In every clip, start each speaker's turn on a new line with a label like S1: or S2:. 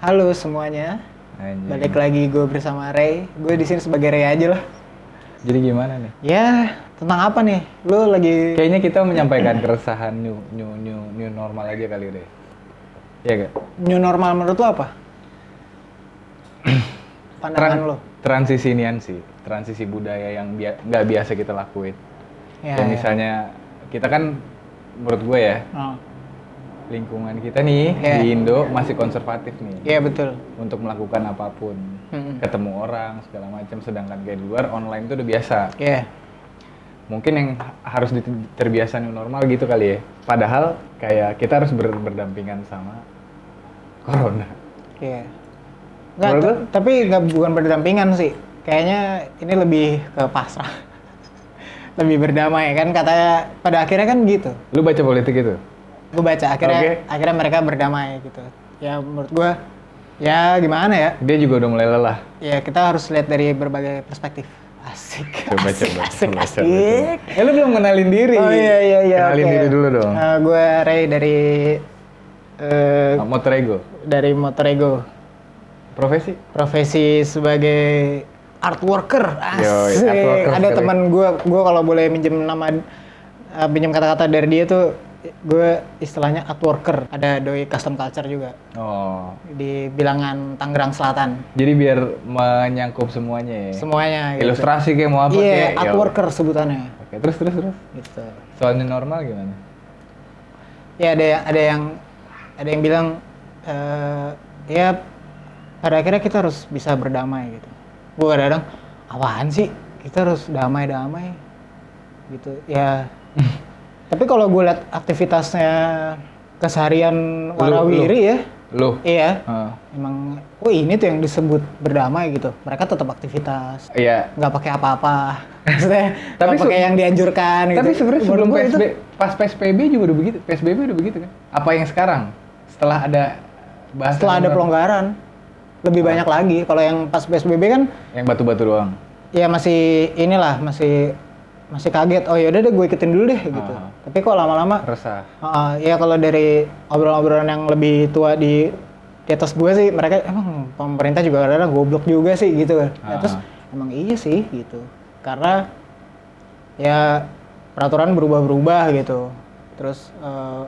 S1: Halo semuanya,
S2: Anjing.
S1: balik lagi gue bersama Ray. Gue di sini sebagai Ray aja lah.
S2: Jadi gimana nih?
S1: Ya, tentang apa nih? Lu lagi
S2: Kayaknya kita menyampaikan keresahan new new new new normal aja kali deh. Iya gak?
S1: new normal menurut lu apa? Pandangan
S2: Tran-
S1: lu?
S2: transisi nian sih, transisi budaya yang bia- nggak biasa kita lakuin.
S1: Ya,
S2: Kayak
S1: ya.
S2: misalnya kita kan menurut gue ya
S1: Oh.
S2: lingkungan kita nih
S1: Iya.
S2: di Indo masih konservatif nih
S1: Iya betul.
S2: untuk melakukan apapun,
S1: Mm-mm.
S2: ketemu orang segala macam. Sedangkan kayak di luar online tuh udah biasa.
S1: Iya.
S2: mungkin yang ha- harus dite- terbiasa new normal gitu kali ya. Padahal kayak kita harus ber- berdampingan sama corona.
S1: Iya. Nggak,
S2: Menurut
S1: ta- tapi nggak bukan berdampingan sih. Kayaknya ini lebih ke pasrah. lebih berdamai kan katanya pada akhirnya kan gitu.
S2: Lu baca politik itu?
S1: gue baca akhirnya
S2: Oke.
S1: akhirnya mereka berdamai gitu ya menurut gue ya gimana ya
S2: Dia juga udah mulai lelah.
S1: ya kita harus lihat dari berbagai perspektif asik
S2: Coba,
S1: asik
S2: coba,
S1: asik
S2: coba,
S1: asik
S2: coba, Eh lu belum kenalin diri.
S1: oh iya iya iya
S2: Kenalin
S1: oke.
S2: diri dulu dong.
S1: Eh, gue Ray dari eh
S2: Mau Motorego.
S1: dari Motorego
S2: Profesi?
S1: profesi sebagai art worker asik
S2: art worker,
S1: ada
S2: keren.
S1: teman gue gue kalau boleh minjem nama eh, pinjam kata-kata dari dia tuh gue istilahnya art worker ada doi custom culture juga
S2: Oh.
S1: di bilangan Tangerang Selatan
S2: Jadi biar menyangkup semuanya ya.
S1: semuanya gitu.
S2: Ilustrasi kayak mau apa
S1: iya
S2: kayak. ya
S1: art worker sebutannya
S2: udah. Oke, terus terus terus.
S1: gitu
S2: Soal new normal gimana?
S1: ya ada yang ada yang ada yang bilang eh, ya pada akhirnya kita harus bisa berdamai gitu gue kadang apaan sih kita harus damai-damai gitu ya tapi kalau gue lihat aktivitasnya keseharian
S2: Lu-
S1: warawiri ya
S2: Lu? Ah.
S1: iya
S2: Heeh.
S1: emang oh ini tuh yang disebut berdamai gitu mereka tetap aktivitas
S2: Iya,
S1: nggak pakai apa-apa maksudnya
S2: Tapi
S1: tapi
S2: se-
S1: pakai yang dianjurkan gitu.
S2: Tapi sebenarnya
S1: Menurut
S2: sebelum
S1: gua
S2: PSB,
S1: itu-
S2: pas PSBB juga udah begitu, PSBB udah begitu kan? Apa yang sekarang? Setelah ada bahasa
S1: setelah ada pelonggaran lebih banyak lagi kalau yang pas PSBB kan
S2: yang batu-batu doang.
S1: ya masih inilah masih masih kaget oh yaudah deh gue ikutin dulu deh gitu
S2: Ah.
S1: tapi kok lama-lama
S2: Resah.
S1: ah, ya kalau dari obrolan-obrolan yang lebih tua di di atas gue sih mereka emang pemerintah juga kadang goblok juga sih gitu kan Ya,
S2: Ah.
S1: terus emang iya sih gitu karena ya peraturan berubah-berubah gitu terus eh,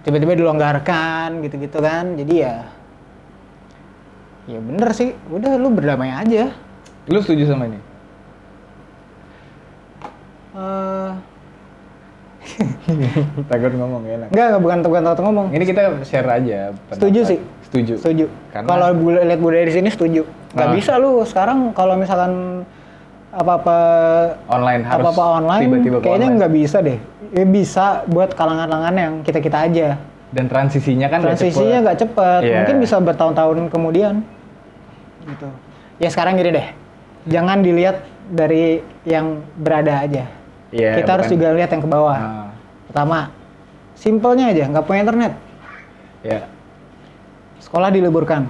S1: tiba-tiba dilonggarkan gitu-gitu kan jadi ya ya bener sih udah lu berdamai aja
S2: Lu setuju sama ini?
S1: Eh,
S2: Takut ngomong gak enak.
S1: enggak enggak bukan bukan takut ngomong
S2: Ini kita share aja. pendapat.
S1: Setuju sih.
S2: Setuju.
S1: setuju
S2: Karena-
S1: kalau bule- lihat budaya di sini setuju nggak
S2: Ah.
S1: bisa lu sekarang kalau misalkan apa-apa
S2: Online harus
S1: apa-apa online
S2: tiba-tiba ke
S1: kayaknya
S2: online.
S1: nggak bisa deh Ya, bisa buat kalangan-kalangan yang kita kita aja
S2: Dan transisinya kan nggak
S1: transisinya
S2: cepet.
S1: nggak cepat
S2: Iya.
S1: mungkin bisa bertahun-tahun kemudian gitu ya sekarang gini deh jangan dilihat dari yang berada aja
S2: Iya,
S1: kita harus
S2: bukan-
S1: juga lihat yang ke bawah
S2: Ah,
S1: pertama simpelnya aja nggak punya internet
S2: ya.
S1: sekolah diliburkan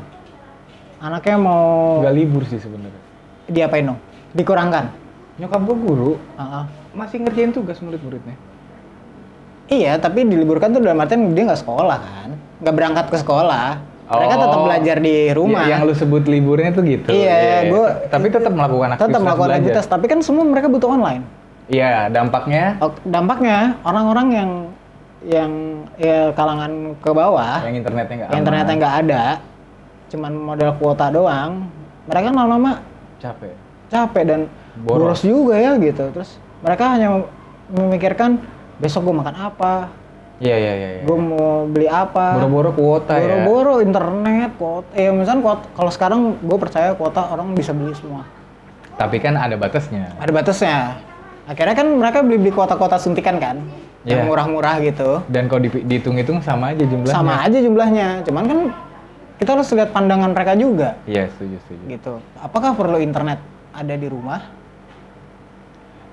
S1: anaknya mau
S2: Nggak libur sih sebenarnya.
S1: diapain dong dikurangkan
S2: Nyokap gua guru
S1: Heeh.
S2: masih ngerjain tugas murid-muridnya.
S1: iya tapi diliburkan tuh dalam artian dia nggak sekolah kan nggak berangkat ke sekolah mereka
S2: Oh.
S1: tetap belajar di rumah
S2: Ya, yang lu sebut liburnya tuh gitu.
S1: Iya, gua-
S2: Tapi tetap melakukan aktivitas
S1: tetap melakukan
S2: belajar.
S1: aktivitas tapi kan semua mereka butuh online
S2: Iya, dampaknya
S1: Ok, dampaknya orang-orang yang yang ya kalangan ke bawah
S2: yang internetnya
S1: Ah,
S2: nggak
S1: yang
S2: Eh, aman.
S1: ternyata nggak ada cuman modal kuota doang mereka kan lama-lama
S2: capek.
S1: capek dan boros.
S2: Boros.
S1: juga ya gitu terus mereka hanya mem- memikirkan besok gue makan apa
S2: Iya iya iya. iya.
S1: gue mau beli apa
S2: Boro-boro kuota ya.
S1: boro-boro internet kuota ya misalnya kuota kalau sekarang gue percaya kuota orang bisa beli semua
S2: Tapi kan ada batasnya.
S1: ada batasnya akhirnya kan mereka beli beli kuota-kuota suntikan kan yang
S2: Iya.
S1: murah-murah gitu
S2: Dan kalau dipi- dihitung-hitung sama aja jumlahnya.
S1: sama aja jumlahnya cuman kan kita harus lihat pandangan mereka juga
S2: Iya, setuju setuju.
S1: gitu apakah perlu internet ada di rumah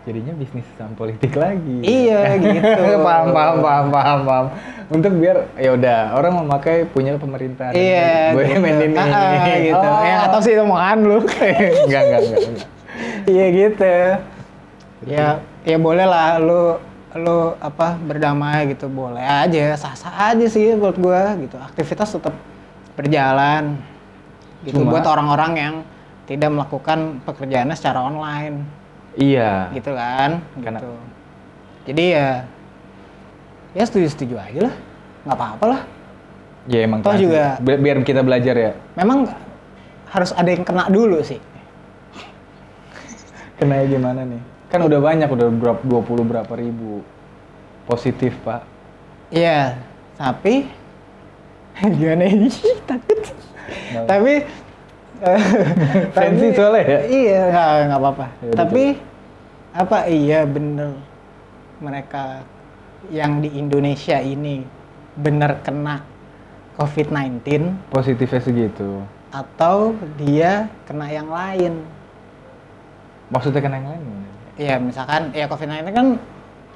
S2: Jadinya bisnis sama politik lagi.
S1: iya gitu
S2: paham, paham, paham, paham, paham. Untuk biar ya udah orang memakai punya pemerintah.
S1: iya
S2: Gue
S1: gitu.
S2: main ini.
S1: Ah, ah, gitu
S2: Oh.
S1: ya nggak tahu sih itu omongan lu
S2: enggak, enggak, enggak, enggak.
S1: iya gitu ya ya boleh lah lu lu apa berdamai gitu boleh aja sah sah aja sih menurut gua gitu aktivitas tetap berjalan gitu
S2: Cuma-
S1: buat orang-orang yang tidak melakukan pekerjaannya secara online
S2: Iya.
S1: gitu kan
S2: Karena-
S1: gitu. jadi ya ya setuju-setuju aja lah nggak apa-apa lah
S2: Ya emang
S1: Toh
S2: kelas-
S1: juga-
S2: bi- biar kita belajar ya.
S1: memang harus ada yang kena dulu sih
S2: Kenanya gimana nih? Kan udah banyak, udah berapa 20 berapa ribu. Positif, Pak.
S1: Iya, tapi gimana ini takut.
S2: Kenapa?
S1: tapi eh,
S2: Sensi
S1: tapi-
S2: soalnya ya?
S1: Iya, nggak nggak apa-apa.
S2: Ya udah,
S1: tapi apa iya bener mereka yang di Indonesia ini bener kena COVID-19
S2: Positifnya segitu.
S1: atau dia kena yang lain?
S2: Maksudnya kena yang lain? gimana?
S1: Ya misalkan ya COVID-19 kan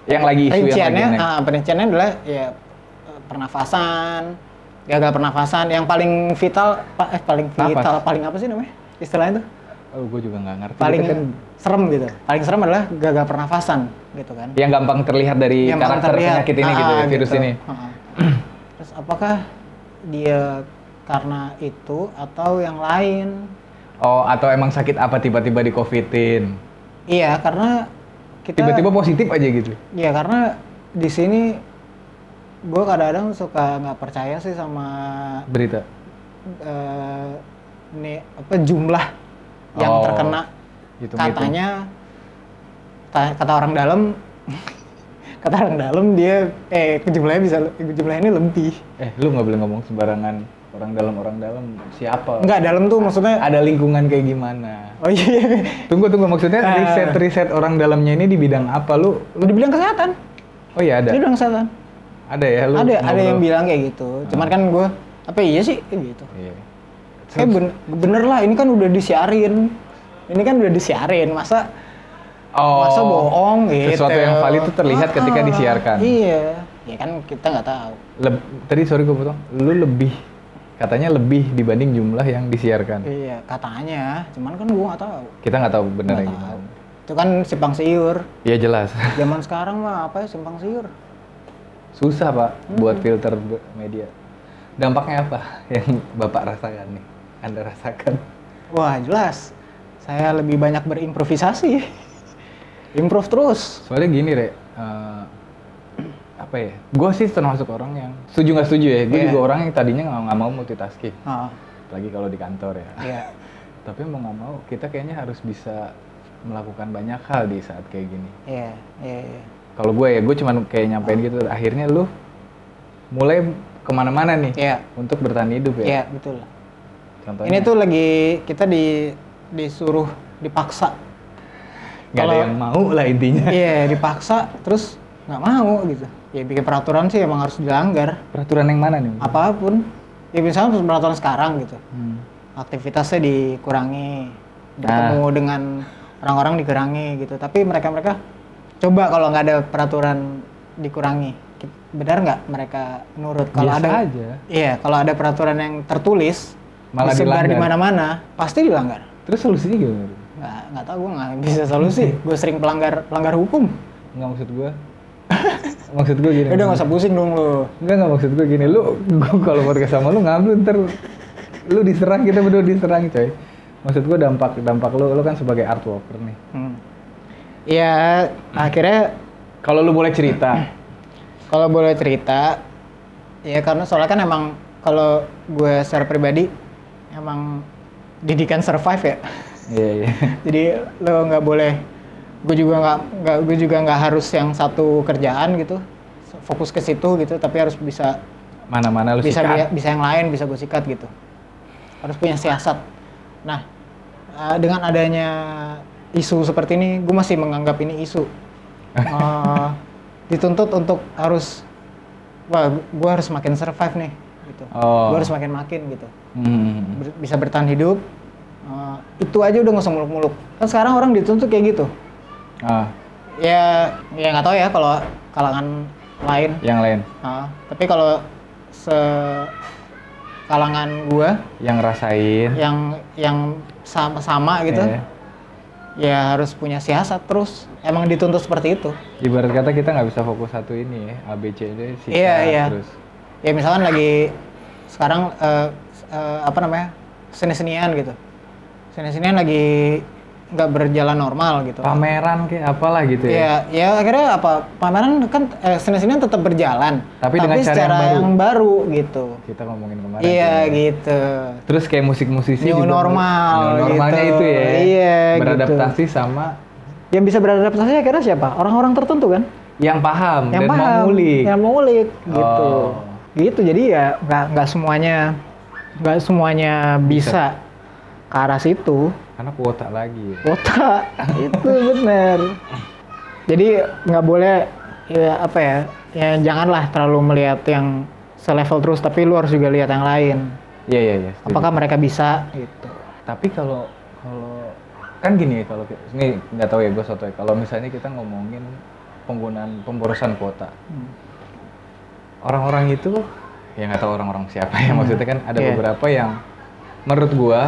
S2: Yang lagi isu yang lagi
S1: rinciannya
S2: naik.
S1: ah, perinciannya adalah ya eh, pernafasan, gagal pernafasan yang paling vital pa- eh paling
S2: Napas.
S1: vital paling apa sih namanya? Istilahnya tuh
S2: Oh, gue juga nggak ngerti.
S1: paling
S2: Kita kan
S1: serem gitu. Paling serem adalah gagal pernafasan gitu kan.
S2: yang gampang terlihat dari
S1: Yang paling
S2: karakter
S1: terlihat.
S2: penyakit ini
S1: Ah,
S2: gitu,
S1: ah,
S2: virus
S1: gitu.
S2: ini.
S1: Ah, ah. Terus apakah dia karena itu atau yang lain?
S2: Oh, atau emang sakit apa tiba-tiba di covidin?
S1: Iya, karena kita
S2: Tiba-tiba positif aja gitu.
S1: Ya karena di sini gue kadang-kadang suka nggak percaya sih sama
S2: Berita.
S1: eh, ne, apa jumlah yang
S2: Oh,
S1: terkena
S2: Gitu
S1: katanya ta- kata orang dalam kata orang dalam dia eh jumlahnya bisa le- jumlah ini lebih
S2: Eh, lu nggak boleh ngomong sembarangan orang dalam orang dalam siapa?
S1: enggak dalam tuh maksudnya
S2: Ada lingkungan kayak gimana?
S1: oh iya
S2: Tunggu tunggu maksudnya
S1: Ah.
S2: riset riset orang dalamnya ini di bidang apa lu?
S1: udah bilang kesehatan
S2: Oh iya
S1: udah
S2: ada.
S1: bilang kesehatan
S2: Ada ya lu. Ah.
S1: ada ada
S2: ngobrol.
S1: yang bilang kayak gitu cuman kan gue apa iya sih Kayak gitu
S2: Iya.
S1: kayak ben- bener lah ini kan udah disiarin ini kan udah disiarin masa
S2: Oh.
S1: masa bohong gitu
S2: Sesuatu yang valid itu terlihat ketika
S1: Ah,
S2: disiarkan.
S1: iya ya kan kita nggak tahu
S2: Leb- tadi sorry gue potong. Lu lebih katanya lebih dibanding jumlah yang disiarkan.
S1: iya katanya cuman kan gua nggak tahu
S2: Kita nggak tahu benernya
S1: Nggak
S2: gimana.
S1: itu kan simpang siur
S2: Ya jelas.
S1: zaman sekarang mah apa ya simpang siur
S2: Susah pak buat
S1: Hmm.
S2: filter be- media. Dampaknya apa yang bapak rasakan nih? Anda rasakan?
S1: wah jelas saya lebih banyak berimprovisasi improve terus
S2: Soalnya gini re, eh, apa ya? Gue sih termasuk orang yang setuju nggak setuju ya. Gue
S1: Iya.
S2: juga orang yang tadinya nggak nggak mau multitasking,
S1: ah
S2: lagi kalau di kantor ya.
S1: iya
S2: Tapi mau nggak mau kita kayaknya harus bisa melakukan banyak hal di saat kayak gini.
S1: iya iya iya.
S2: Kalau gue ya, gue cuman kayak nyampein gitu. Akhirnya lu mulai kemana-mana nih
S1: iya
S2: untuk bertahan hidup ya.
S1: iya betul
S2: Contohnya
S1: ini tuh lagi kita di disuruh dipaksa
S2: nggak ada
S1: kalau-
S2: yang mau lah intinya.
S1: Iya dipaksa terus nggak mau gitu. Ya bikin peraturan sih emang harus dilanggar
S2: Peraturan yang mana nih?
S1: Ah. apapun. Ya misalnya peraturan sekarang gitu,
S2: Hmm.
S1: aktivitasnya dikurangi, bertemu
S2: Ah.
S1: dengan orang-orang dikurangi gitu. Tapi mereka mereka coba kalau nggak ada peraturan dikurangi, Ki- benar nggak mereka nurut? Kalau
S2: Biasa
S1: ada
S2: aja.
S1: Iya kalau ada peraturan yang tertulis
S2: Malah
S1: disebar di
S2: dilanggar.
S1: mana-mana pasti dilanggar.
S2: Terus solusinya gimana? Ru?
S1: Nggak nggak tahu gue nggak bisa solusi. gue sering pelanggar pelanggar hukum.
S2: Nggak maksud gue. maksud gue gini.
S1: Ya udah nggak usah pusing dong lo.
S2: Enggak, enggak maksud gue gini, lu gua kalau podcast sama lu ngablu ntar lu diserang, kita berdua diserang coy. Maksud gue dampak dampak lu, lu kan sebagai art worker nih.
S1: Hmm. Ya akhirnya
S2: Kalau lu boleh cerita,
S1: kalau boleh cerita ya karena soalnya kan emang kalau gue secara pribadi emang didikan survive ya.
S2: iya iya.
S1: Jadi lo nggak boleh gue juga nggak nggak gue juga nggak harus yang satu kerjaan gitu fokus ke situ gitu tapi harus bisa
S2: Mana-mana lu
S1: bisa
S2: sikat.
S1: bi- ya? bisa yang lain bisa gue sikat gitu harus punya siasat nah eh, dengan adanya isu seperti ini gue masih menganggap ini isu Eh, dituntut untuk harus wah gue harus makin survive nih gitu
S2: Oh.
S1: gue harus makin makin gitu
S2: Hmm.
S1: Ber- bisa bertahan hidup Eh, itu aja udah nggak usah muluk-muluk kan sekarang orang dituntut kayak gitu
S2: Ah,
S1: ya ya nggak tahu ya kalau kalangan lain
S2: yang lain,
S1: Ah, tapi kalau se kalangan gua
S2: yang rasain.
S1: yang yang sama-sama gitu
S2: Iya.
S1: ya harus punya siasat terus emang dituntut seperti itu
S2: Ibarat kata kita nggak bisa fokus satu ini ya, A B C D sikat
S1: Iya, iya.
S2: terus.
S1: ya misalkan lagi sekarang eh, eh, apa namanya seni-senian gitu seni-senian lagi nggak berjalan normal gitu
S2: pameran kayak apalah gitu ya.
S1: ya ya akhirnya apa pameran kan eh, seni-senian tetap berjalan
S2: Tapi dengan cara yang
S1: secara
S2: baru.
S1: yang baru gitu
S2: Kita ngomongin kemarin.
S1: iya
S2: tuh.
S1: gitu
S2: Terus kayak musik-musisi
S1: New
S2: juga-
S1: normal
S2: new normalnya
S1: gitu.
S2: itu ya.
S1: Iya, gitu.
S2: Beradaptasi sama
S1: yang bisa beradaptasi akhirnya siapa orang-orang tertentu kan
S2: yang paham
S1: yang
S2: dan
S1: paham
S2: mau ngulik.
S1: yang mau ngulik gitu
S2: Oh.
S1: gitu jadi ya nggak nggak semuanya nggak semuanya bisa, ke arah situ
S2: Karena kuota lagi.
S1: kota itu bener jadi nggak boleh ya apa ya ya janganlah terlalu melihat yang selevel terus tapi lu harus juga lihat yang lain
S2: Iya iya iya. setuju.
S1: apakah mereka bisa gitu
S2: Tapi kalau kalau kan gini ya kalau ki- ini nggak tahu ya gue soto ya. Kalau misalnya kita ngomongin penggunaan pemborosan kuota,
S1: Hmm.
S2: orang-orang itu ya nggak tahu orang-orang siapa ya maksudnya kan ada
S1: Iya.
S2: beberapa yang menurut gua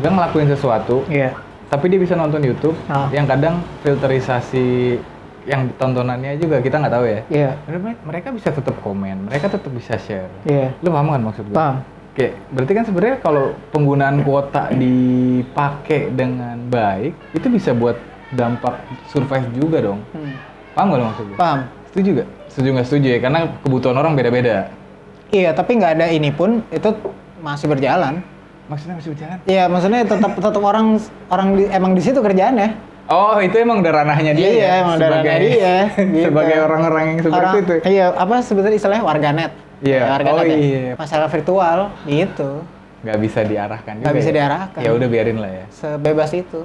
S2: dia ngelakuin sesuatu
S1: iya
S2: tapi dia bisa nonton YouTube
S1: Ah.
S2: yang kadang filterisasi yang tontonannya juga kita nggak tahu ya
S1: iya
S2: Tapi mere- mereka bisa tetap komen mereka tetap bisa share
S1: iya
S2: lu paham kan maksud gua?
S1: paham
S2: Oke, berarti kan sebenarnya kalau penggunaan kuota dipakai dengan baik, itu bisa buat dampak survive juga dong.
S1: Hmm.
S2: Paham gak lo maksud gue?
S1: paham
S2: Setuju gak? Setuju gak setuju ya? Karena kebutuhan orang beda-beda.
S1: iya tapi nggak ada ini pun itu masih berjalan
S2: Maksudnya masih berjalan?
S1: Iya, maksudnya tetap tetap orang orang di- emang di situ kerjaannya.
S2: Oh, itu emang udah ranahnya dia
S1: Iya,
S2: ya?
S1: emang udah
S2: Sebagai-
S1: ranahnya dia, gitu.
S2: sebagai orang-orang yang seperti
S1: Orang,
S2: itu.
S1: Iya, apa sebetulnya istilahnya warganet.
S2: Iya,
S1: Ya, warganet
S2: oh
S1: ya.
S2: iya.
S1: Masalah virtual gitu.
S2: Nggak bisa diarahkan juga
S1: Nggak bisa
S2: ya?
S1: diarahkan.
S2: Ya udah biarin lah ya.
S1: Sebebas itu.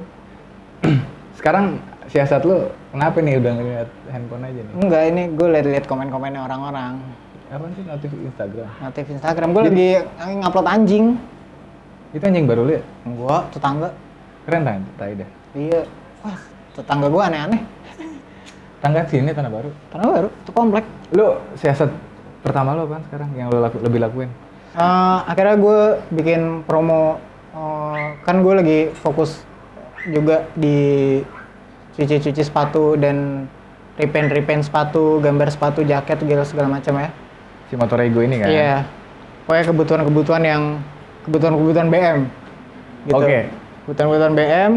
S2: Sekarang siasat lu kenapa nih udah ngeliat handphone aja nih?
S1: Enggak, ini gue liat-liat komen-komennya orang-orang.
S2: Apa sih notif Instagram?
S1: Notif Instagram gue lagi ngupload anjing.
S2: Itu anjing baru liat?
S1: Gue tetangga.
S2: Keren kan? Tai dah.
S1: Iya. Wah, tetangga gue aneh-aneh.
S2: Tangga sini tanah baru.
S1: Karena baru itu komplek.
S2: Lu siasat pertama lu apaan sekarang yang lu laku- lebih lakuin?
S1: Eh, akhirnya gue bikin promo eh, kan gue lagi fokus juga di cuci-cuci sepatu dan repaint repaint sepatu gambar sepatu jaket gila segala macam ya
S2: Si motor ego ini kan?
S1: iya pokoknya kebutuhan-kebutuhan yang kebutuhan-kebutuhan BM gitu
S2: Oke.
S1: kebutuhan-kebutuhan BM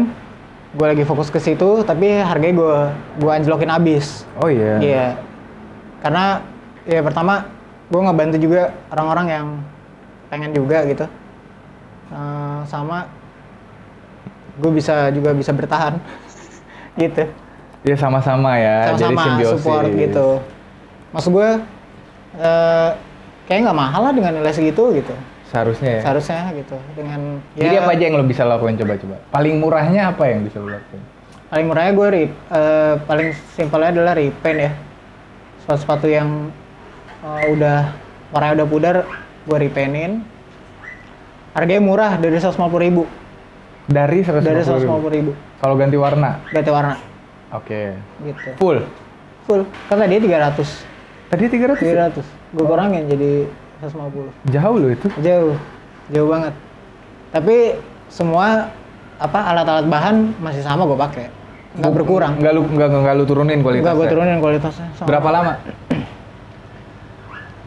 S1: gue lagi fokus ke situ tapi harganya gue gue anjlokin abis
S2: Oh iya.
S1: Iya. Karena ya pertama gue ngebantu juga orang-orang yang pengen juga gitu. Eh, sama gue bisa juga bisa bertahan gitu.
S2: Iya sama-sama ya. Jadi
S1: Sama-sama
S2: simbiosis.
S1: support gitu. Maksud gue eh kayak nggak mahal lah dengan nilai segitu gitu.
S2: Seharusnya ya.
S1: Seharusnya gitu dengan
S2: Jadi apa aja yang lo bisa lakuin coba-coba? Paling murahnya apa yang bisa lo lakuin?
S1: paling murahnya gue rip eh, paling simpelnya adalah repaint ya sepatu sepatu yang eh, udah warnanya udah pudar gue repaintin harganya murah dari 150 ribu
S2: Dari 150
S1: dari
S2: ribu.
S1: 150 ribu
S2: Kalau ganti warna?
S1: ganti warna
S2: Oke.
S1: gitu
S2: Full?
S1: full kan tadi 300
S2: Tadi 300?
S1: 300 gue kurangin jadi 150
S2: Jauh lo itu.
S1: jauh jauh banget tapi semua apa alat-alat bahan masih sama gue pakai nggak berkurang
S2: Nggak lu, nggak, nggak lu turunin
S1: nggak
S2: Hmm. kualitasnya?
S1: gue turunin kualitasnya sama.
S2: Berapa lama?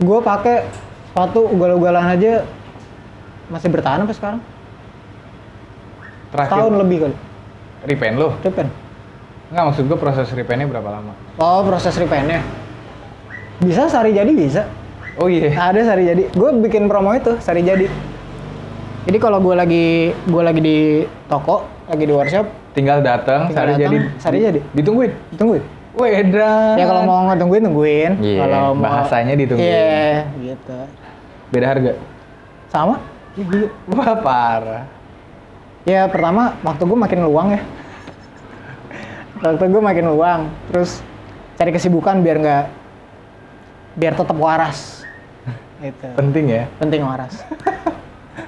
S1: gue pakai sepatu ugal-ugalan aja masih bertahan sampai sekarang
S2: Terakhir?
S1: tahun lebih kali
S2: Repaint lo?
S1: repaint
S2: Nggak maksud gue proses repaintnya berapa lama?
S1: oh proses repaintnya bisa sehari jadi bisa
S2: Oh iya.
S1: ada sehari jadi gue bikin promo itu sehari jadi jadi kalau gue lagi gue lagi di toko lagi di workshop
S2: Tinggal
S1: Tinggal
S2: datang, sehari
S1: datang,
S2: jadi
S1: sehari jadi.
S2: ditungguin.
S1: tungguin
S2: Wedan.
S1: ya kalau mau ngetungguin tungguin
S2: Eh. Iya,
S1: kalau mau
S2: bahasanya ditungguin.
S1: iya gitu
S2: beda harga.
S1: sama
S2: Wah parah.
S1: Ya pertama waktu gue makin luang ya. waktu gue makin luang, terus cari kesibukan biar nggak biar tetap waras. Gitu.
S2: Penting ya.
S1: Penting waras.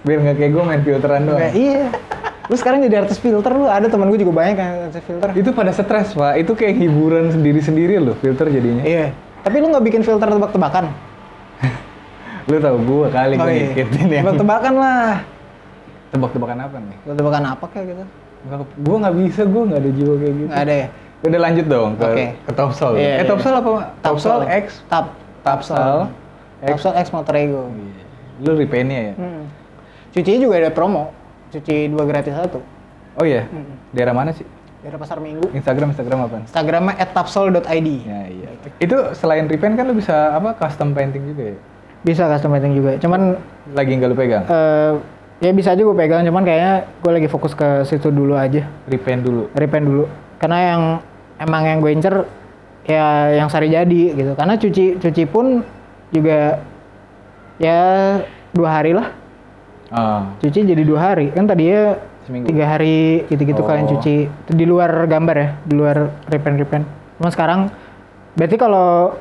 S2: Biar nggak kayak gue main filteran doang.
S1: Ya, iya. Lu sekarang jadi artis filter lu, ada temen gue juga banyak yang artis filter.
S2: Itu pada stres pak. Itu kayak hiburan sendiri-sendiri loh filter jadinya.
S1: Iya. Tapi lu nggak bikin filter tebak-tebakan?
S2: Lu tau gue kali gue
S1: iya.
S2: ngikutin ya. yang
S1: Tebak-tebakan lah.
S2: tebak-tebakan apa nih?
S1: Tebak-tebakan apa kayak gitu?
S2: Gue nggak bisa, gue nggak ada jiwa kayak gitu.
S1: Nggak ada ya?
S2: Udah lanjut dong ke,
S1: Oke.
S2: ke Topsol.
S1: Iya,
S2: eh
S1: iya.
S2: Topsol apa? Topsol X
S1: Tap.
S2: Tapsol
S1: Tucson X Motor Ego.
S2: Iya. Lu repainnya ya?
S1: Hmm. Cucinya juga ada promo. Cuci dua gratis satu. Hmm.
S2: Oh iya. Daerah mana sih?
S1: Daerah pasar minggu.
S2: Instagram Instagram apaan?
S1: Instagramnya @tapsol.id.
S2: Ya iya. Itu selain repaint kan lu bisa apa custom painting juga ya?
S1: Bisa custom painting juga. Cuman
S2: Lagi nggak lu pegang?
S1: eh, ya bisa aja gue pegang. Cuman kayaknya gue lagi fokus ke situ dulu aja.
S2: Repaint dulu.
S1: repaint dulu karena yang emang yang gue incer ya yang sari jadi gitu karena cuci cuci pun juga ya dua hari lah
S2: Ah.
S1: cuci jadi dua hari kan tadinya
S2: Seminggu.
S1: tiga hari gitu-gitu
S2: Oh.
S1: kalian cuci Itu di luar gambar ya di luar repaint repaint cuma sekarang berarti kalau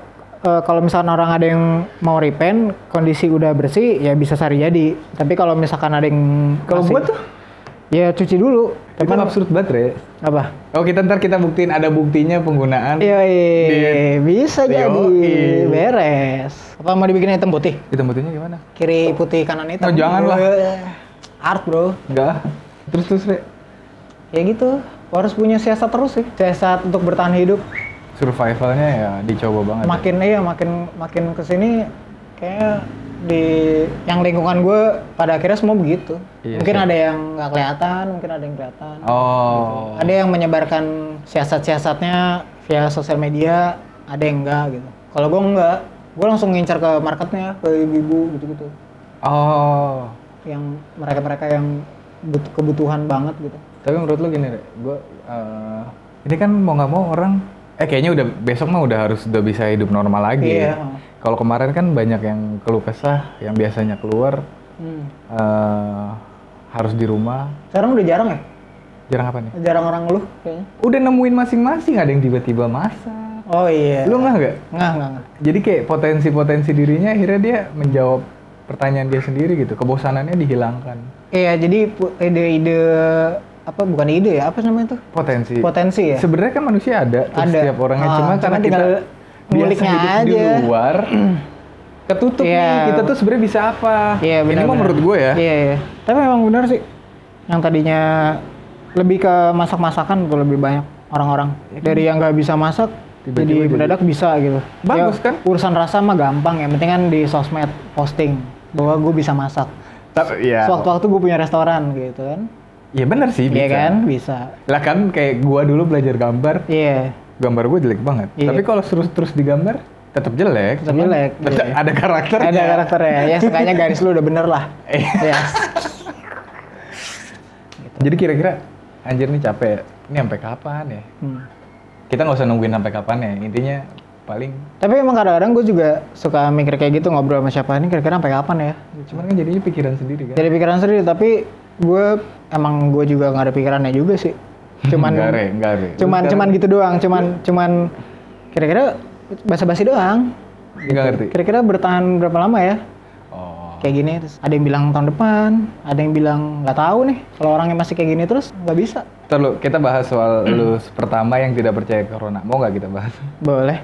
S1: eh, kalau misalkan orang ada yang mau repaint kondisi udah bersih ya bisa sari jadi tapi kalau misalkan ada yang
S2: Kalau
S1: masih-
S2: gua tuh
S1: ya cuci dulu
S2: itu
S1: cuman
S2: absurd banget Re.
S1: apa Iya,
S2: Oh kita ntar kita buktiin ada buktinya penggunaan
S1: Yoi, bisa
S2: Yoi.
S1: jadi
S2: iya.
S1: beres. Apa mau dibikin hitam putih?
S2: hitam putihnya gimana?
S1: Kiri putih kanan hitam.
S2: Oh, jangan lah.
S1: Eh, Art bro,
S2: Enggak. ah. Terus terus Re.
S1: ya gitu. Lo harus punya siasat terus sih. Siasat untuk bertahan hidup.
S2: Survivalnya ya dicoba banget. ya.
S1: Makin iya, makin makin kesini kayak di yang lingkungan gue pada akhirnya semua begitu.
S2: Iya
S1: mungkin
S2: sih.
S1: ada yang nggak kelihatan, mungkin ada yang kelihatan.
S2: Oh.
S1: Ada yang menyebarkan siasat-siasatnya via sosial media, ada yang enggak gitu. Kalau gue enggak, gue langsung ngincar ke marketnya, ke ibu-ibu gitu-gitu.
S2: Oh.
S1: Yang mereka-mereka yang but- kebutuhan banget gitu.
S2: Tapi menurut lu gini, Re, gua eh, ini kan mau nggak mau orang eh kayaknya udah besok mah udah harus udah bisa hidup normal lagi.
S1: Iya.
S2: ya. Kalau kemarin kan banyak yang keluh kesah yang biasanya keluar
S1: Hmm.
S2: eh harus di rumah.
S1: Sekarang udah jarang ya?
S2: Jarang apa nih?
S1: Jarang orang ngeluh kayaknya.
S2: Udah nemuin masing-masing ada yang tiba-tiba masak.
S1: Oh iya.
S2: Lu nggak nggak?
S1: Nggak, nggak, nggak.
S2: Jadi kayak potensi-potensi dirinya akhirnya dia menjawab pertanyaan dia sendiri gitu. Kebosanannya dihilangkan.
S1: Iya, jadi pu- ide-ide apa bukan ide ya? Apa namanya tuh?
S2: Potensi.
S1: Potensi ya?
S2: Sebenarnya kan manusia ada, terus
S1: Ada.
S2: setiap orangnya
S1: Ah,
S2: cuma
S1: cuman
S2: karena kita
S1: tinggal
S2: biasa
S1: nguliknya
S2: hidup di
S1: aja.
S2: luar ketutup
S1: Iya.
S2: nih kita tuh sebenarnya bisa apa?
S1: Iya
S2: Ini
S1: benar.
S2: mah
S1: benar.
S2: menurut gue ya.
S1: Iya iya. Tapi memang benar sih. Yang tadinya lebih ke masak-masakan tuh lebih banyak orang-orang. Dari yang nggak bisa masak
S2: Iya kan? Tiba-tiba
S1: jadi
S2: jadi-
S1: mendadak bisa gitu.
S2: Bagus, kan?
S1: Urusan rasa mah gampang ya. Penting kan di sosmed posting bahwa gue bisa masak.
S2: Tapi ya.
S1: Sewaktu-waktu gue punya restoran gitu kan.
S2: Ya benar sih
S1: Iya
S2: bisa.
S1: kan? Bisa.
S2: Lah kan kayak gua dulu belajar gambar,
S1: Iya.
S2: gambar gue jelek banget.
S1: Iya.
S2: Tapi kalau terus-terus digambar tetap jelek.
S1: Tetap
S2: cuman
S1: jelek,
S2: tetap
S1: iya.
S2: Ada karakternya.
S1: Ada karakternya. Ya seenggaknya garis lu udah bener lah. Iya.
S2: Eh,
S1: Yes.
S2: Jadi kira-kira anjir nih capek. ya. Ini sampai kapan ya?
S1: Hmm.
S2: Kita nggak usah nungguin sampai kapan ya. Intinya paling
S1: Tapi emang kadang-kadang gue juga suka mikir kayak gitu ngobrol sama siapa ini kira-kira sampai kapan ya?
S2: cuman kan jadinya pikiran sendiri kan.
S1: Jadi pikiran sendiri, tapi gue emang gue juga nggak ada pikirannya juga sih. Cuman,
S2: enggak re, enggak re.
S1: cuman, cuman gitu doang. Cuman, cuman kira-kira basa-basi doang.
S2: enggak ngerti.
S1: Kira-kira bertahan berapa lama ya?
S2: Oh.
S1: Kayak gini, terus ada yang bilang tahun depan, ada yang bilang nggak tahu nih. Kalau orangnya masih kayak gini terus nggak bisa.
S2: Ntar lu, kita bahas soal lu pertama yang tidak percaya corona. Mau nggak kita bahas?
S1: Boleh.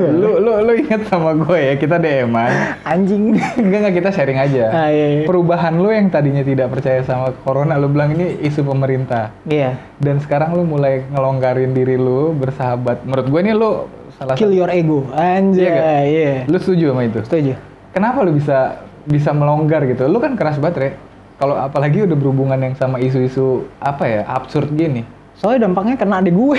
S2: lu lu lu inget sama gue ya, kita DM-an.
S1: Anjing.
S2: Enggak enggak kita sharing aja.
S1: Ah, iya, iya.
S2: Perubahan lu yang tadinya tidak percaya sama corona lu bilang ini isu pemerintah.
S1: Iya.
S2: Dan sekarang lu mulai ngelonggarin diri lu bersahabat. Menurut gue ini lu salah
S1: Kill
S2: satu.
S1: your ego. Anjay.
S2: Iya
S1: Iya.
S2: nggak? Lu setuju sama itu?
S1: Setuju.
S2: Kenapa lu bisa bisa melonggar gitu? Lu kan keras banget, Re. Kalau apalagi udah berhubungan yang sama isu-isu apa ya, absurd gini.
S1: Soalnya dampaknya kena adik gue.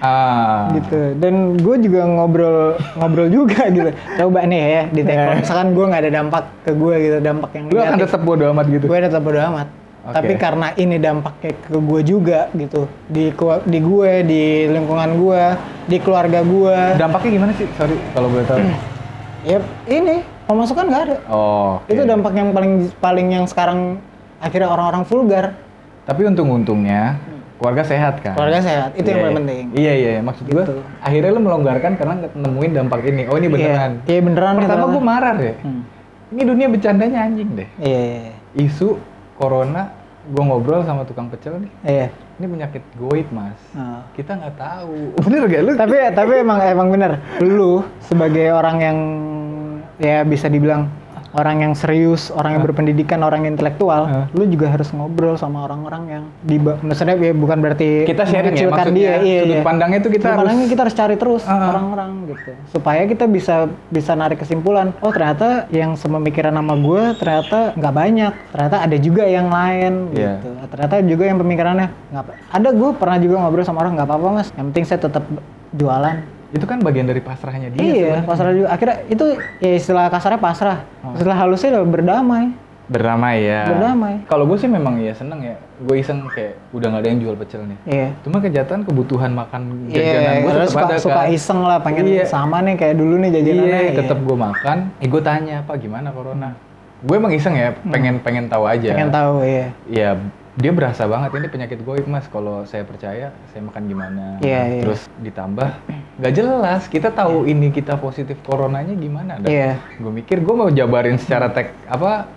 S2: Ah.
S1: gitu dan gue juga ngobrol ngobrol juga gitu coba nih ya di
S2: Eh.
S1: take kalau misalkan gue nggak ada dampak ke gue gitu dampak yang
S2: Lu akan
S1: negatif
S2: tetap bodo amat gitu.
S1: gue tetap bodo amat
S2: Oke.
S1: tapi karena ini dampaknya ke gue juga gitu di ku- di gue di lingkungan gue di keluarga gue
S2: Dampaknya gimana sih? Sorry kalau boleh tahu.
S1: ya ini pemasukan nggak ada
S2: Oh. oke.
S1: itu dampak yang paling paling yang sekarang akhirnya orang-orang vulgar
S2: Tapi untung-untungnya keluarga sehat kan.
S1: Hmm. keluarga sehat itu yang
S2: Iya,
S1: paling
S2: iya.
S1: penting
S2: Iya iya, maksud gua
S1: Gitu.
S2: akhirnya lu melonggarkan karena nemuin dampak ini. Oh ini beneran.
S1: iya iya, beneran nih,
S2: Pertama
S1: ternyata.
S2: gua marah deh.
S1: Hmm.
S2: Ini dunia bercandanya anjing deh.
S1: iya iya
S2: Isu corona gua ngobrol sama tukang pecel nih.
S1: iya
S2: Ini penyakit goib, Mas.
S1: Nah.
S2: Kita nggak tahu. Bener gak lu?
S1: tapi tapi emang emang benar lu sebagai orang yang ya bisa dibilang orang yang serius, orang yang berpendidikan, orang yang intelektual,
S2: Ah.
S1: lu juga harus ngobrol sama orang-orang yang di ba- maksudnya ya bukan berarti
S2: Kita sharing ya,
S1: mengecilkan
S2: maksudnya
S1: dia, iya,
S2: sudut
S1: iya.
S2: pandangnya tuh kita
S1: Sudut
S2: harus-
S1: pandangnya kita harus cari terus
S2: Ah.
S1: orang-orang gitu supaya kita bisa bisa narik kesimpulan. Oh ternyata yang sepemikiran sama gue ternyata nggak banyak, ternyata ada juga yang lain
S2: Iya.
S1: gitu. Ternyata juga yang pemikirannya nggak apa- ada gue pernah juga ngobrol sama orang nggak apa-apa mas, yang penting saya tetap jualan
S2: Itu kan bagian dari pasrahnya dia.
S1: iya,
S2: sebenarnya.
S1: pasrah juga. Akhirnya itu ya istilah kasarnya pasrah.
S2: Oh.
S1: Istilah halusnya udah berdamai.
S2: Berdamai ya.
S1: Berdamai.
S2: Kalau gue sih memang ya seneng ya. Gue iseng kayak udah nggak ada yang jual pecel nih.
S1: Iya.
S2: Cuma kejahatan kebutuhan makan jajanan
S1: Iya,
S2: gue
S1: karena
S2: tetap
S1: suka,
S2: ada
S1: suka
S2: kan.
S1: iseng lah pengen
S2: Iya.
S1: sama nih kayak dulu nih jajanannya.
S2: Iya, tetap gue makan. Eh gue tanya, Pak gimana corona? Gue emang iseng ya, pengen pengen tahu aja.
S1: Hmm. pengen tahu iya.
S2: Ya dia berasa banget ini penyakit goib mas. Kalau saya percaya, saya makan gimana. Nah,
S1: Iya, iya.
S2: Terus ditambah gak jelas. Kita tahu ini kita positif coronanya gimana? dah.
S1: Iya.
S2: Gue mikir gue mau jabarin secara tek apa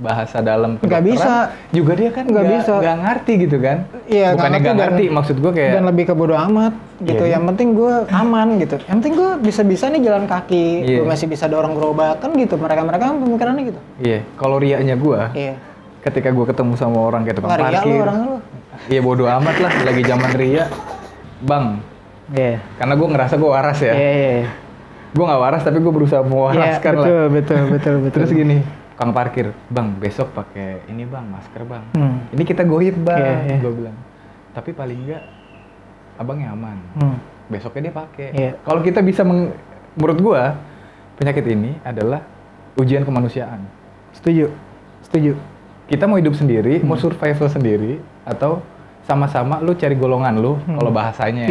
S2: bahasa dalam
S1: Nggak
S2: kedokteran, Juga dia kan
S1: Nggak
S2: nggak
S1: bisa.
S2: nggak ngerti gitu kan?
S1: Iya, nggak
S2: Bukannya nggak
S1: ngerti dan-
S2: ngerti, maksud gue kayak
S1: Dan lebih ke bodo amat gitu.
S2: Iya.
S1: Yang penting gue aman gitu. Yang penting gue bisa-bisa nih jalan kaki,
S2: Iya.
S1: gue masih bisa dorong gerobak kan gitu. Mereka-mereka kan pemikirannya gitu.
S2: iya. Kalau riaknya gue,
S1: Iya.
S2: ketika gue ketemu sama orang kayak tukang
S1: Nggak ria lu
S2: parkir,
S1: orang lu.
S2: Iya bodo amat lah, lagi zaman ria. Bang,
S1: Iya.
S2: karena gue ngerasa gue waras
S1: Iya.
S2: ya.
S1: iya, iya.
S2: Gue nggak waras tapi gue berusaha
S1: Iya,
S2: mewaraskan lah.
S1: betul, betul, betul, betul.
S2: Terus gini, kang parkir, bang besok pakai ini bang masker bang.
S1: Hmm.
S2: Ini kita goib bang,
S1: Iya, iya.
S2: gue bilang. Tapi paling nggak abangnya aman.
S1: Hmm.
S2: Besoknya dia pakai.
S1: Iya.
S2: Kalau kita bisa meng- menurut gue penyakit ini adalah ujian kemanusiaan.
S1: Setuju. Setuju.
S2: Kita mau hidup sendiri,
S1: Hmm.
S2: mau survival sendiri, atau sama-sama lu cari golongan lu kalau bahasanya.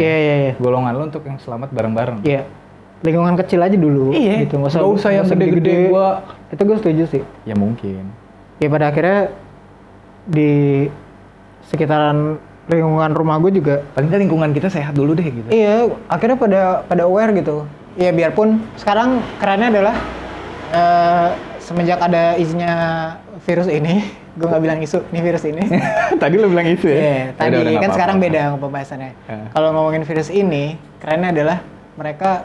S1: Iya, iya, iya.
S2: Eh, golongan lo untuk yang selamat bareng-bareng.
S1: Iya. Lingkungan kecil aja dulu.
S2: Iya,
S1: Gitu. Nggak usah,
S2: nggak usah yang
S1: nggak
S2: gede-gede, Iya. gua.
S1: Itu gue setuju sih.
S2: Ya mungkin.
S1: Ya pada akhirnya di sekitaran lingkungan rumah gue juga.
S2: Paling nggak lingkungan kita sehat dulu deh gitu.
S1: Iya. Akhirnya pada pada aware gitu. Ya biarpun sekarang kerennya adalah eh, semenjak ada izinnya virus ini, gue nggak bilang isu, ini virus ini.
S2: tadi lo bilang itu
S1: Iya,
S2: ya?
S1: tadi
S2: Yaudah, udah, nggak
S1: kan
S2: apa-apa.
S1: sekarang beda pembahasannya.
S2: Eh.
S1: Kalau ngomongin virus ini, kerennya adalah mereka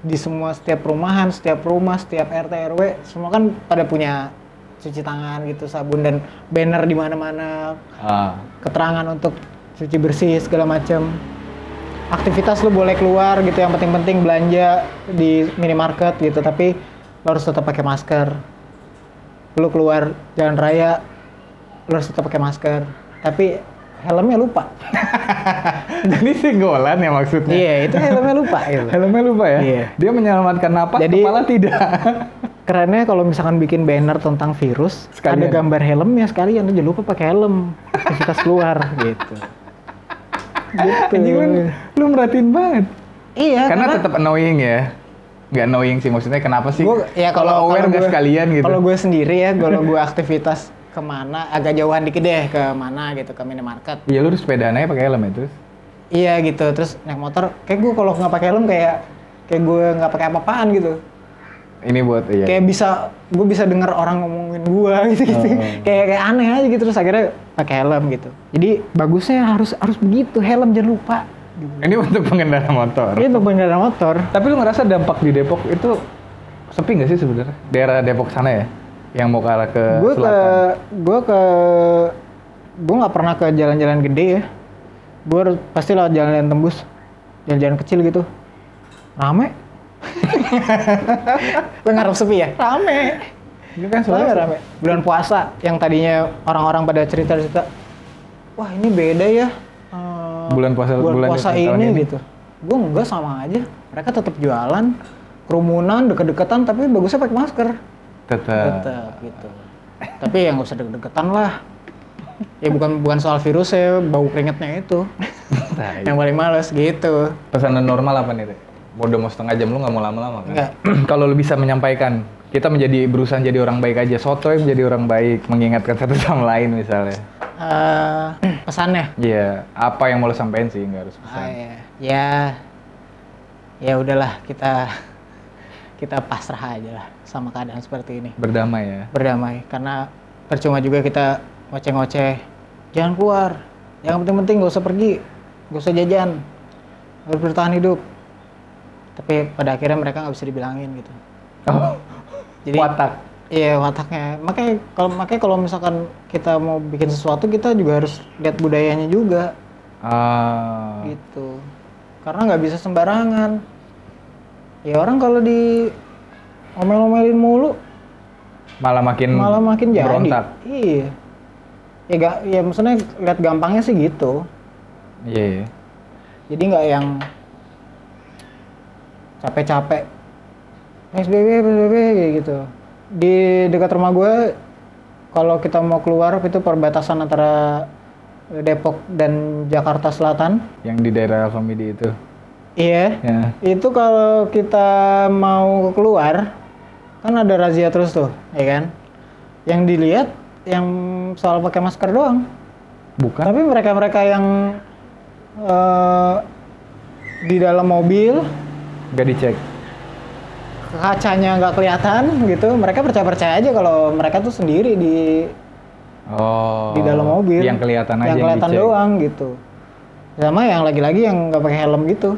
S1: di semua setiap perumahan, setiap rumah, setiap RT RW, semua kan pada punya cuci tangan gitu, sabun dan banner di mana-mana,
S2: Ah,
S1: keterangan untuk cuci bersih segala macam. Aktivitas lu boleh keluar gitu, yang penting-penting belanja di minimarket gitu, tapi lo harus tetap pakai masker. Lu keluar jalan raya, lo harus tetap pakai masker, tapi helmnya lupa.
S2: Jadi singgolan ya maksudnya.
S1: Iya, itu helmnya lupa. Gitu.
S2: Helmnya lupa ya?
S1: Iya.
S2: Dia menyelamatkan napas,
S1: Jadi-
S2: kepala tidak.
S1: Kerennya kalau misalkan bikin banner tentang virus,
S2: Sekalian.
S1: ada gambar helmnya sekalian, lu jangan lupa pakai helm aktivitas keluar gitu. Gitu.
S2: Anjing lu, lu merhatiin banget.
S1: Iya,
S2: karena, tetap annoying ya. Nggak annoying sih, maksudnya kenapa sih?
S1: Gua- ya kalau kalau
S2: aware nggak
S1: gua-
S2: sekalian gitu.
S1: Kalau gue sendiri ya, kalau gue aktivitas kemana, agak jauhan dikit deh ke mana gitu, ke minimarket.
S2: Iya lu harus sepedaan aja pakai helm ya terus.
S1: Iya gitu, terus naik motor, kayak gue kalau nggak pakai helm kayak kayak gue nggak pakai apa-apaan gitu.
S2: Ini buat iya.
S1: Kayak bisa gue bisa denger orang ngomongin gue gitu gitu.
S2: Oh.
S1: Kayak kayak aneh aja gitu terus akhirnya pakai helm gitu. Jadi bagusnya harus harus begitu helm jangan lupa.
S2: Ini untuk pengendara motor.
S1: Ini untuk pengendara motor.
S2: Tapi lu ngerasa dampak di Depok itu sepi nggak sih sebenarnya? Daerah Depok sana ya, yang mau ke arah ke
S1: gue ke
S2: selatan.
S1: gue ke gue nggak pernah ke jalan-jalan gede ya gue pasti lewat jalan-jalan tembus jalan-jalan kecil gitu rame lo ngarep sepi ya rame
S2: Ini kan
S1: rame
S2: soalnya
S1: rame bulan puasa yang tadinya orang-orang pada cerita-cerita wah ini beda ya eh,
S2: Bulan puasa-
S1: bulan,
S2: bulan
S1: puasa
S2: yang tahun
S1: ini,
S2: ini."
S1: gitu gue enggak sama aja mereka tetap jualan kerumunan deket-deketan tapi bagusnya pakai masker
S2: tetap.
S1: tetap gitu tapi yang nggak usah deg-degan lah ya bukan bukan soal virus ya bau keringetnya itu
S2: Nah, iya.
S1: yang paling males gitu
S2: Pesanan normal apa nih? Re? Mau udah mau setengah jam lu nggak mau lama-lama kan?
S1: Nggak.
S2: Kalau lu bisa menyampaikan, kita menjadi berusaha jadi orang baik aja. Sotoy menjadi orang baik, mengingatkan satu sama lain misalnya.
S1: Eh, pesannya
S2: Iya, apa yang mau lu sampein sih nggak harus
S1: ah,
S2: pesan.
S1: ya. ya ya udahlah kita kita pasrah aja lah sama keadaan seperti ini
S2: Berdamai ya.
S1: berdamai karena percuma juga kita ngoceh-ngoceh jangan keluar yang penting-penting nggak usah pergi nggak usah jajan harus bertahan hidup tapi pada akhirnya mereka nggak bisa dibilangin gitu
S2: Oh,
S1: jadi
S2: watak.
S1: Iya wataknya. Makanya kalau makanya kalau misalkan kita mau bikin sesuatu kita juga harus lihat budayanya juga
S2: Ah,
S1: gitu. Karena nggak bisa sembarangan. Ya orang kalau di omel-omelin mulu
S2: malah makin
S1: malah makin jadi.
S2: Hmm. berontak.
S1: Iya. Ya gak, ya maksudnya lihat gampangnya sih gitu.
S2: Iya. iya.
S1: Jadi nggak yang capek-capek. PSBB, PSBB kayak gitu. Di dekat rumah gue, kalau kita mau keluar itu perbatasan antara Depok dan Jakarta Selatan.
S2: Yang di daerah Alfamidi itu.
S1: Iya.
S2: Ya.
S1: Itu kalau kita mau keluar, kan ada razia terus tuh, ya kan? Yang dilihat, yang soal pakai masker doang.
S2: Bukan?
S1: Tapi mereka-mereka yang eh, di dalam mobil
S2: Gak dicek.
S1: kacanya nggak kelihatan gitu, mereka percaya-percaya aja kalau mereka tuh sendiri di
S2: Oh.
S1: di dalam mobil.
S2: Yang kelihatan aja
S1: yang
S2: yang,
S1: kelihatan
S2: dicek.
S1: doang gitu. Sama yang lagi-lagi yang nggak pakai helm gitu.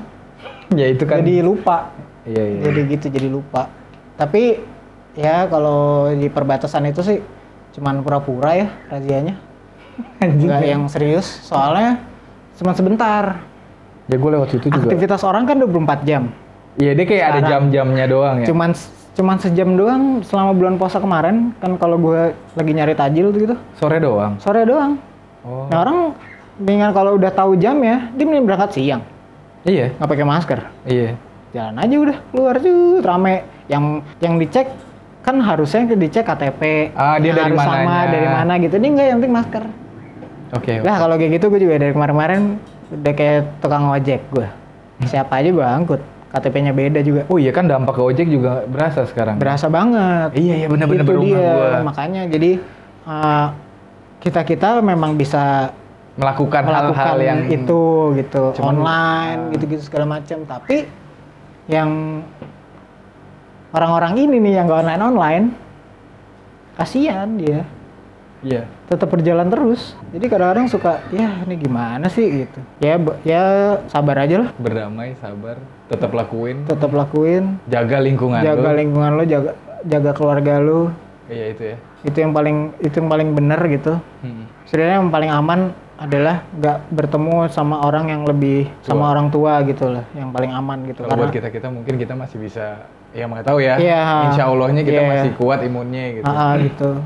S2: Ya itu kan.
S1: Jadi lupa.
S2: Iya iya.
S1: Jadi gitu jadi lupa. Tapi ya kalau di perbatasan itu sih cuman pura-pura ya razianya.
S2: Anjing.
S1: Nggak yang serius soalnya cuman sebentar.
S2: Ya gue lewat situ juga.
S1: Aktivitas orang kan 24 jam.
S2: Iya dia kayak ada
S1: Sekarang.
S2: jam-jamnya doang ya.
S1: Cuman cuman sejam doang selama bulan puasa kemarin kan kalau gue lagi nyari tajil tuh gitu
S2: Sore doang.
S1: sore doang.
S2: Oh.
S1: Nah orang dengan kalau udah tahu jam ya dia mending berangkat siang
S2: Iya.
S1: nggak pakai masker
S2: Iya.
S1: jalan aja udah keluar tuh rame yang yang dicek kan harusnya yang dicek KTP
S2: Ah,
S1: Yang
S2: dia dari
S1: Nah, harus sama
S2: mananya. Iya,
S1: dari mana gitu ini enggak yang penting masker
S2: Oke.
S1: lah kalau kayak gitu gue juga dari kemarin-kemarin udah kayak tukang ojek gue
S2: Hmm.
S1: siapa aja gue angkut KTP-nya beda juga
S2: Oh iya kan dampak ke ojek juga berasa sekarang.
S1: berasa banget
S2: Iya, iya, bener-bener
S1: Itu
S2: berumah gua.
S1: Gitu makanya jadi kita kita memang bisa
S2: melakukan
S1: melakukan
S2: hal-hal yang
S1: itu gitu
S2: Cuman-
S1: online
S2: Ah.
S1: gitu-gitu segala macam tapi yang orang-orang ini nih yang gak online online kasihan dia
S2: Iya.
S1: tetap berjalan terus jadi kadang-kadang suka ya ini gimana sih gitu ya b- ya sabar aja lah
S2: Berdamai, sabar, tetap lakuin,
S1: tetap lakuin
S2: jaga lingkungan
S1: jaga
S2: lu.
S1: lingkungan lo jaga jaga keluarga lo
S2: Iya itu ya.
S1: itu yang paling itu yang paling benar gitu
S2: Hmm.
S1: sebenarnya yang paling aman adalah nggak bertemu sama orang yang lebih sama orang tua gitu loh yang paling aman gitu
S2: Kalau
S1: karena
S2: buat kita kita mungkin kita masih bisa ya nggak tahu ya.
S1: Iya.
S2: Insya Allahnya kita
S1: Iya.
S2: masih kuat imunnya gitu.
S1: Ah, ah, gitu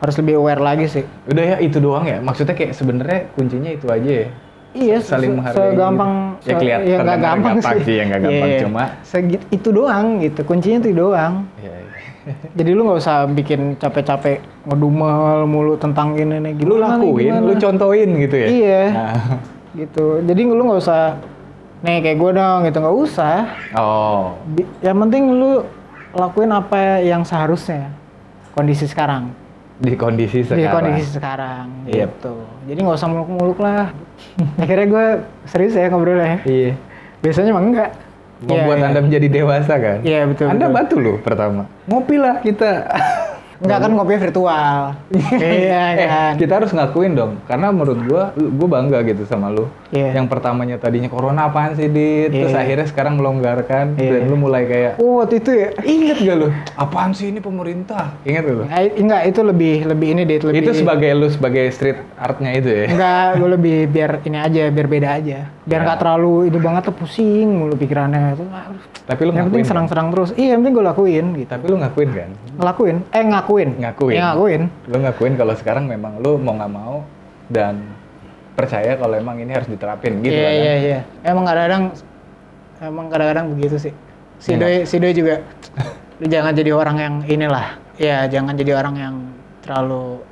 S1: harus lebih aware lagi sih
S2: Udah ya itu doang ya. Maksudnya kayak sebenarnya kuncinya itu aja ya.
S1: iya se- se-
S2: Saling menghargai.
S1: segampang
S2: gitu. Ya kelihatan
S1: nggak
S2: terdengar
S1: gampang, sih
S2: ya nggak gampang
S1: Iya.
S2: cuma.
S1: Segi- itu doang gitu kuncinya itu doang
S2: Iya, iya.
S1: jadi lu nggak usah bikin capek-capek ngedumel mulu tentang ini nih
S2: Lu
S1: gimana,
S2: lakuin,
S1: gimana.
S2: lu contohin gitu ya.
S1: Iya.
S2: Nah.
S1: gitu jadi lu nggak usah nih kayak gue dong gitu nggak usah
S2: Oh.
S1: Bi- yang penting lu lakuin apa yang seharusnya kondisi sekarang
S2: Di
S1: di
S2: kondisi sekarang.
S1: kondisi sekarang
S2: Yep.
S1: gitu jadi nggak usah muluk-muluk lah akhirnya gue serius ya ngobrolnya ya
S2: Iya.
S1: biasanya emang enggak
S2: Membuat
S1: Iya,
S2: Anda menjadi dewasa kan?
S1: Iya, betul,
S2: Anda
S1: betul.
S2: batu loh pertama. Ngopi lah kita.
S1: iya. nggak kan ngopi virtual iya
S2: Eh,
S1: kan
S2: kita harus ngakuin dong, karena menurut gua, lu- gua bangga gitu sama lu.
S1: Iya.
S2: Yang pertamanya tadinya corona apaan sih, Dit? Terus
S1: Iya.
S2: akhirnya sekarang melonggarkan,
S1: Iya.
S2: dan lu mulai kayak,
S1: oh waktu itu ya
S2: inget gak lu? Apaan sih ini pemerintah? Ingat gak lu?
S1: Eh, enggak itu lebih lebih ini deh lebih Iya.
S2: Itu sebagai lu, sebagai street artnya itu ya?
S1: enggak gue lebih biar ini aja biar beda aja biar
S2: Ya.
S1: nggak terlalu ini banget tuh pusing mulu pikirannya itu Ah,
S2: Tapi lu
S1: yang
S2: ngakuin
S1: penting
S2: kan?
S1: serang-serang terus iya yang penting gue lakuin gitu
S2: Tapi lu ngakuin kan?
S1: ngelakuin eh ngakuin
S2: Ngakuin.
S1: Iya, ngakuin
S2: Lu ngakuin kalau sekarang memang lu mau nggak mau, dan percaya kalau emang ini harus diterapin gitu
S1: iya
S2: kan?
S1: iya iya emang kadang-kadang emang kadang-kadang begitu sih si
S2: Iya.
S1: doi si doi juga lu jangan jadi orang yang inilah ya jangan jadi orang yang terlalu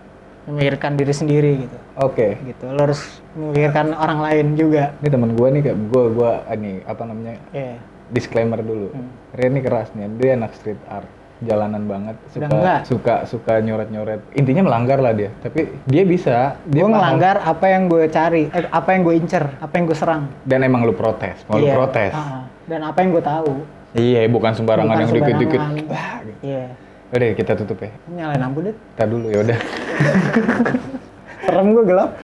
S1: memikirkan diri sendiri gitu
S2: Oke.
S1: gitu lo harus memikirkan orang lain juga
S2: Ini teman gua nih, kayak gua, gua, ini apa namanya,
S1: ya
S2: disclaimer dulu.
S1: Hmm.
S2: Ria ini keras nih, dia anak street art, jalanan banget,
S1: Udah
S2: suka
S1: enggak.
S2: suka suka nyoret-nyoret. Intinya melanggar lah dia, tapi dia bisa, dia
S1: gue
S2: paham.
S1: ngelanggar apa yang gue cari eh, apa yang gue incer apa yang gue serang
S2: Dan emang lu protes, mau
S1: Iya.
S2: lu protes.
S1: Ah, dan apa yang gue tahu
S2: Iya, bukan sembarangan
S1: Bukan
S2: yang dikit-dikit.
S1: sembarangan.
S2: Wah, gitu.
S1: iya
S2: Udah kita tutup ya.
S1: nyalain lampu deh
S2: Kita dulu ya udah.
S1: serem gue gelap